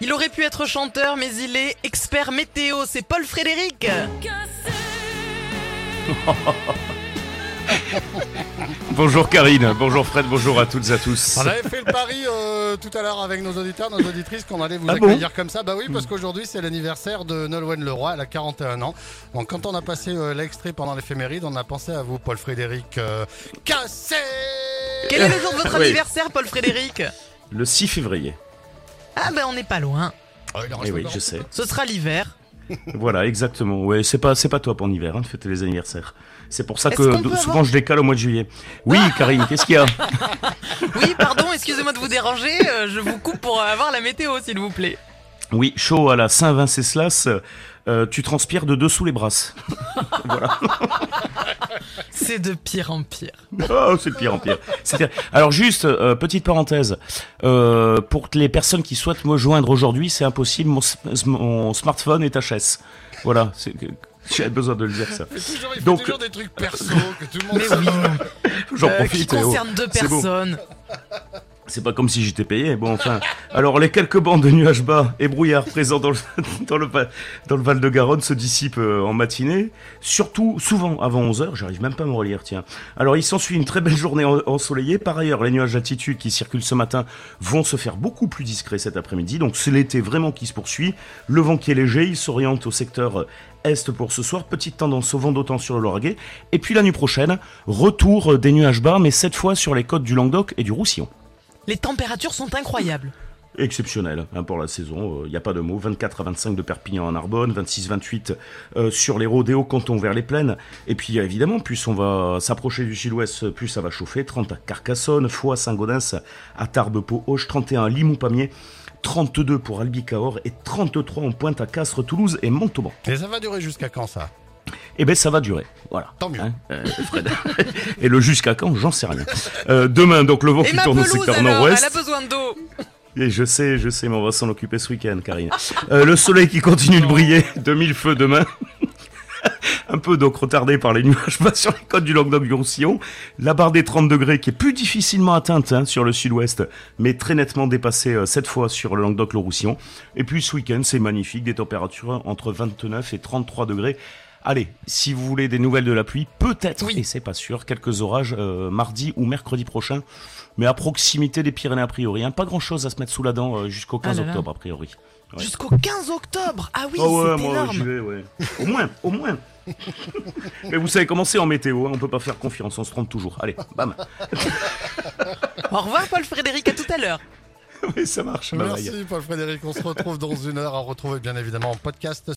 Il aurait pu être chanteur, mais il est expert météo. C'est Paul Frédéric. Bonjour Karine, bonjour Fred, bonjour à toutes et à tous. On avait fait le pari euh, tout à l'heure avec nos auditeurs, nos auditrices qu'on allait vous Ah bon accueillir comme ça. Bah oui, parce qu'aujourd'hui c'est l'anniversaire de Nolwenn Leroy, elle a 41 ans. Donc quand on a passé euh, l'extrait pendant l'éphéméride, on a pensé à vous, Paul Frédéric euh, Cassé. Quel est le jour de votre Oui. anniversaire, Paul Frédéric Le 6 février. Ah ben on n'est pas loin. Ah, il en Eh reste oui, encore. je sais. Ce sera l'hiver. Voilà, exactement. Ouais, c'est pas, c'est pas toi pour l'hiver, hein, de fêter les anniversaires. C'est pour ça Est-ce que qu'on peut souvent avoir- Ah. je décale au mois de juillet. Oui, Karine, qu'est-ce qu'il y a Oui, pardon, excusez-moi de vous déranger. euh, je vous coupe pour avoir la météo, s'il vous plaît. Oui, chaud à la Saint-Vinceslas. euh, tu transpires de dessous les brasses. C'est de pire en pire. Oh, c'est de pire en pire. C'est pire. Alors juste, euh, petite parenthèse, euh, pour les personnes qui souhaitent me joindre aujourd'hui, c'est impossible, mon, s- mon smartphone est HS. Voilà, c'est que- j'avais besoin de le dire ça. Il fait toujours, il fait Donc- toujours des trucs perso que tout le monde. Mais oui, J'en euh, qui profite. eh oh. concerne deux C'est beau. personnes. C'est pas comme si j'étais payé, bon enfin. Alors les quelques bandes de nuages bas et brouillards présents dans le, dans le, Val- dans le Val-de-Garonne se dissipent euh, en matinée, surtout souvent avant 11h, j'arrive même pas à me relire, tiens. Alors il s'ensuit une très belle journée en- ensoleillée, par ailleurs les nuages d'altitude qui circulent ce matin vont se faire beaucoup plus discrets cet après-midi, donc c'est l'été vraiment qui se poursuit, le vent qui est léger, il s'oriente au secteur euh, est pour ce soir, petite tendance au vent d'autant sur le Lauragais, et puis la nuit prochaine, retour euh, des nuages bas, mais cette fois sur les côtes du Languedoc et du Roussillon Les températures sont incroyables. exceptionnel hein, pour la saison, il n'y a pas de mots, 24 à 25 de Perpignan à Narbonne, 26-28 sur les Rodéos, Canton vers les plaines, et puis euh, évidemment, plus on va s'approcher du sud-ouest, plus ça va chauffer, 30 à Carcassonne, Foix, Saint-Gaudens, à Tarbes, Pau, Auch, 31 à Limoux-Pamiers, 32 pour Albi-Cahors et 33 en pointe à Castres, Toulouse et Montauban. Et ça va durer jusqu'à quand ça Eh ben ça va durer, voilà. Tant mieux. euh, Fred. et le jusqu'à quand, j'en sais rien. Euh, demain, donc le vent Et qui ma tourne au pelouse, secteur alors, nord-ouest. elle a besoin d'eau. Et je sais, je sais, mais on va s'en occuper ce week-end, Karine. Euh, le soleil qui continue de briller, 2000 feux demain. Un peu donc retardé par les nuages bas sur les côtes du Languedoc-Roussillon. La barre des 30 degrés qui est plus difficilement atteinte hein, sur le sud-ouest, mais très nettement dépassée euh, cette fois sur le Languedoc-Roussillon. Et puis ce week-end, c'est magnifique, des températures entre 29 et 33 degrés. Allez, si vous voulez des nouvelles de la pluie, peut-être, Oui. et c'est pas sûr, quelques orages euh, mardi ou mercredi prochain, mais à proximité des Pyrénées a priori. hein. Pas grand-chose à se mettre sous la dent euh, jusqu'au Ah 15 là là. octobre a priori. Ouais. Jusqu'au 15 octobre. Ah oui, Ah ouais, c'est moi, énorme. j'y vais, ouais. Au moins, au moins. Mais vous savez comment c'est en météo, hein, on peut pas faire confiance, on se trompe toujours. Allez, bam. Au revoir, Paul Frédéric, à tout à l'heure. Oui, ça marche. bye bye. bah, Merci Paul Frédéric, on se retrouve dans une heure à retrouver bien évidemment en podcast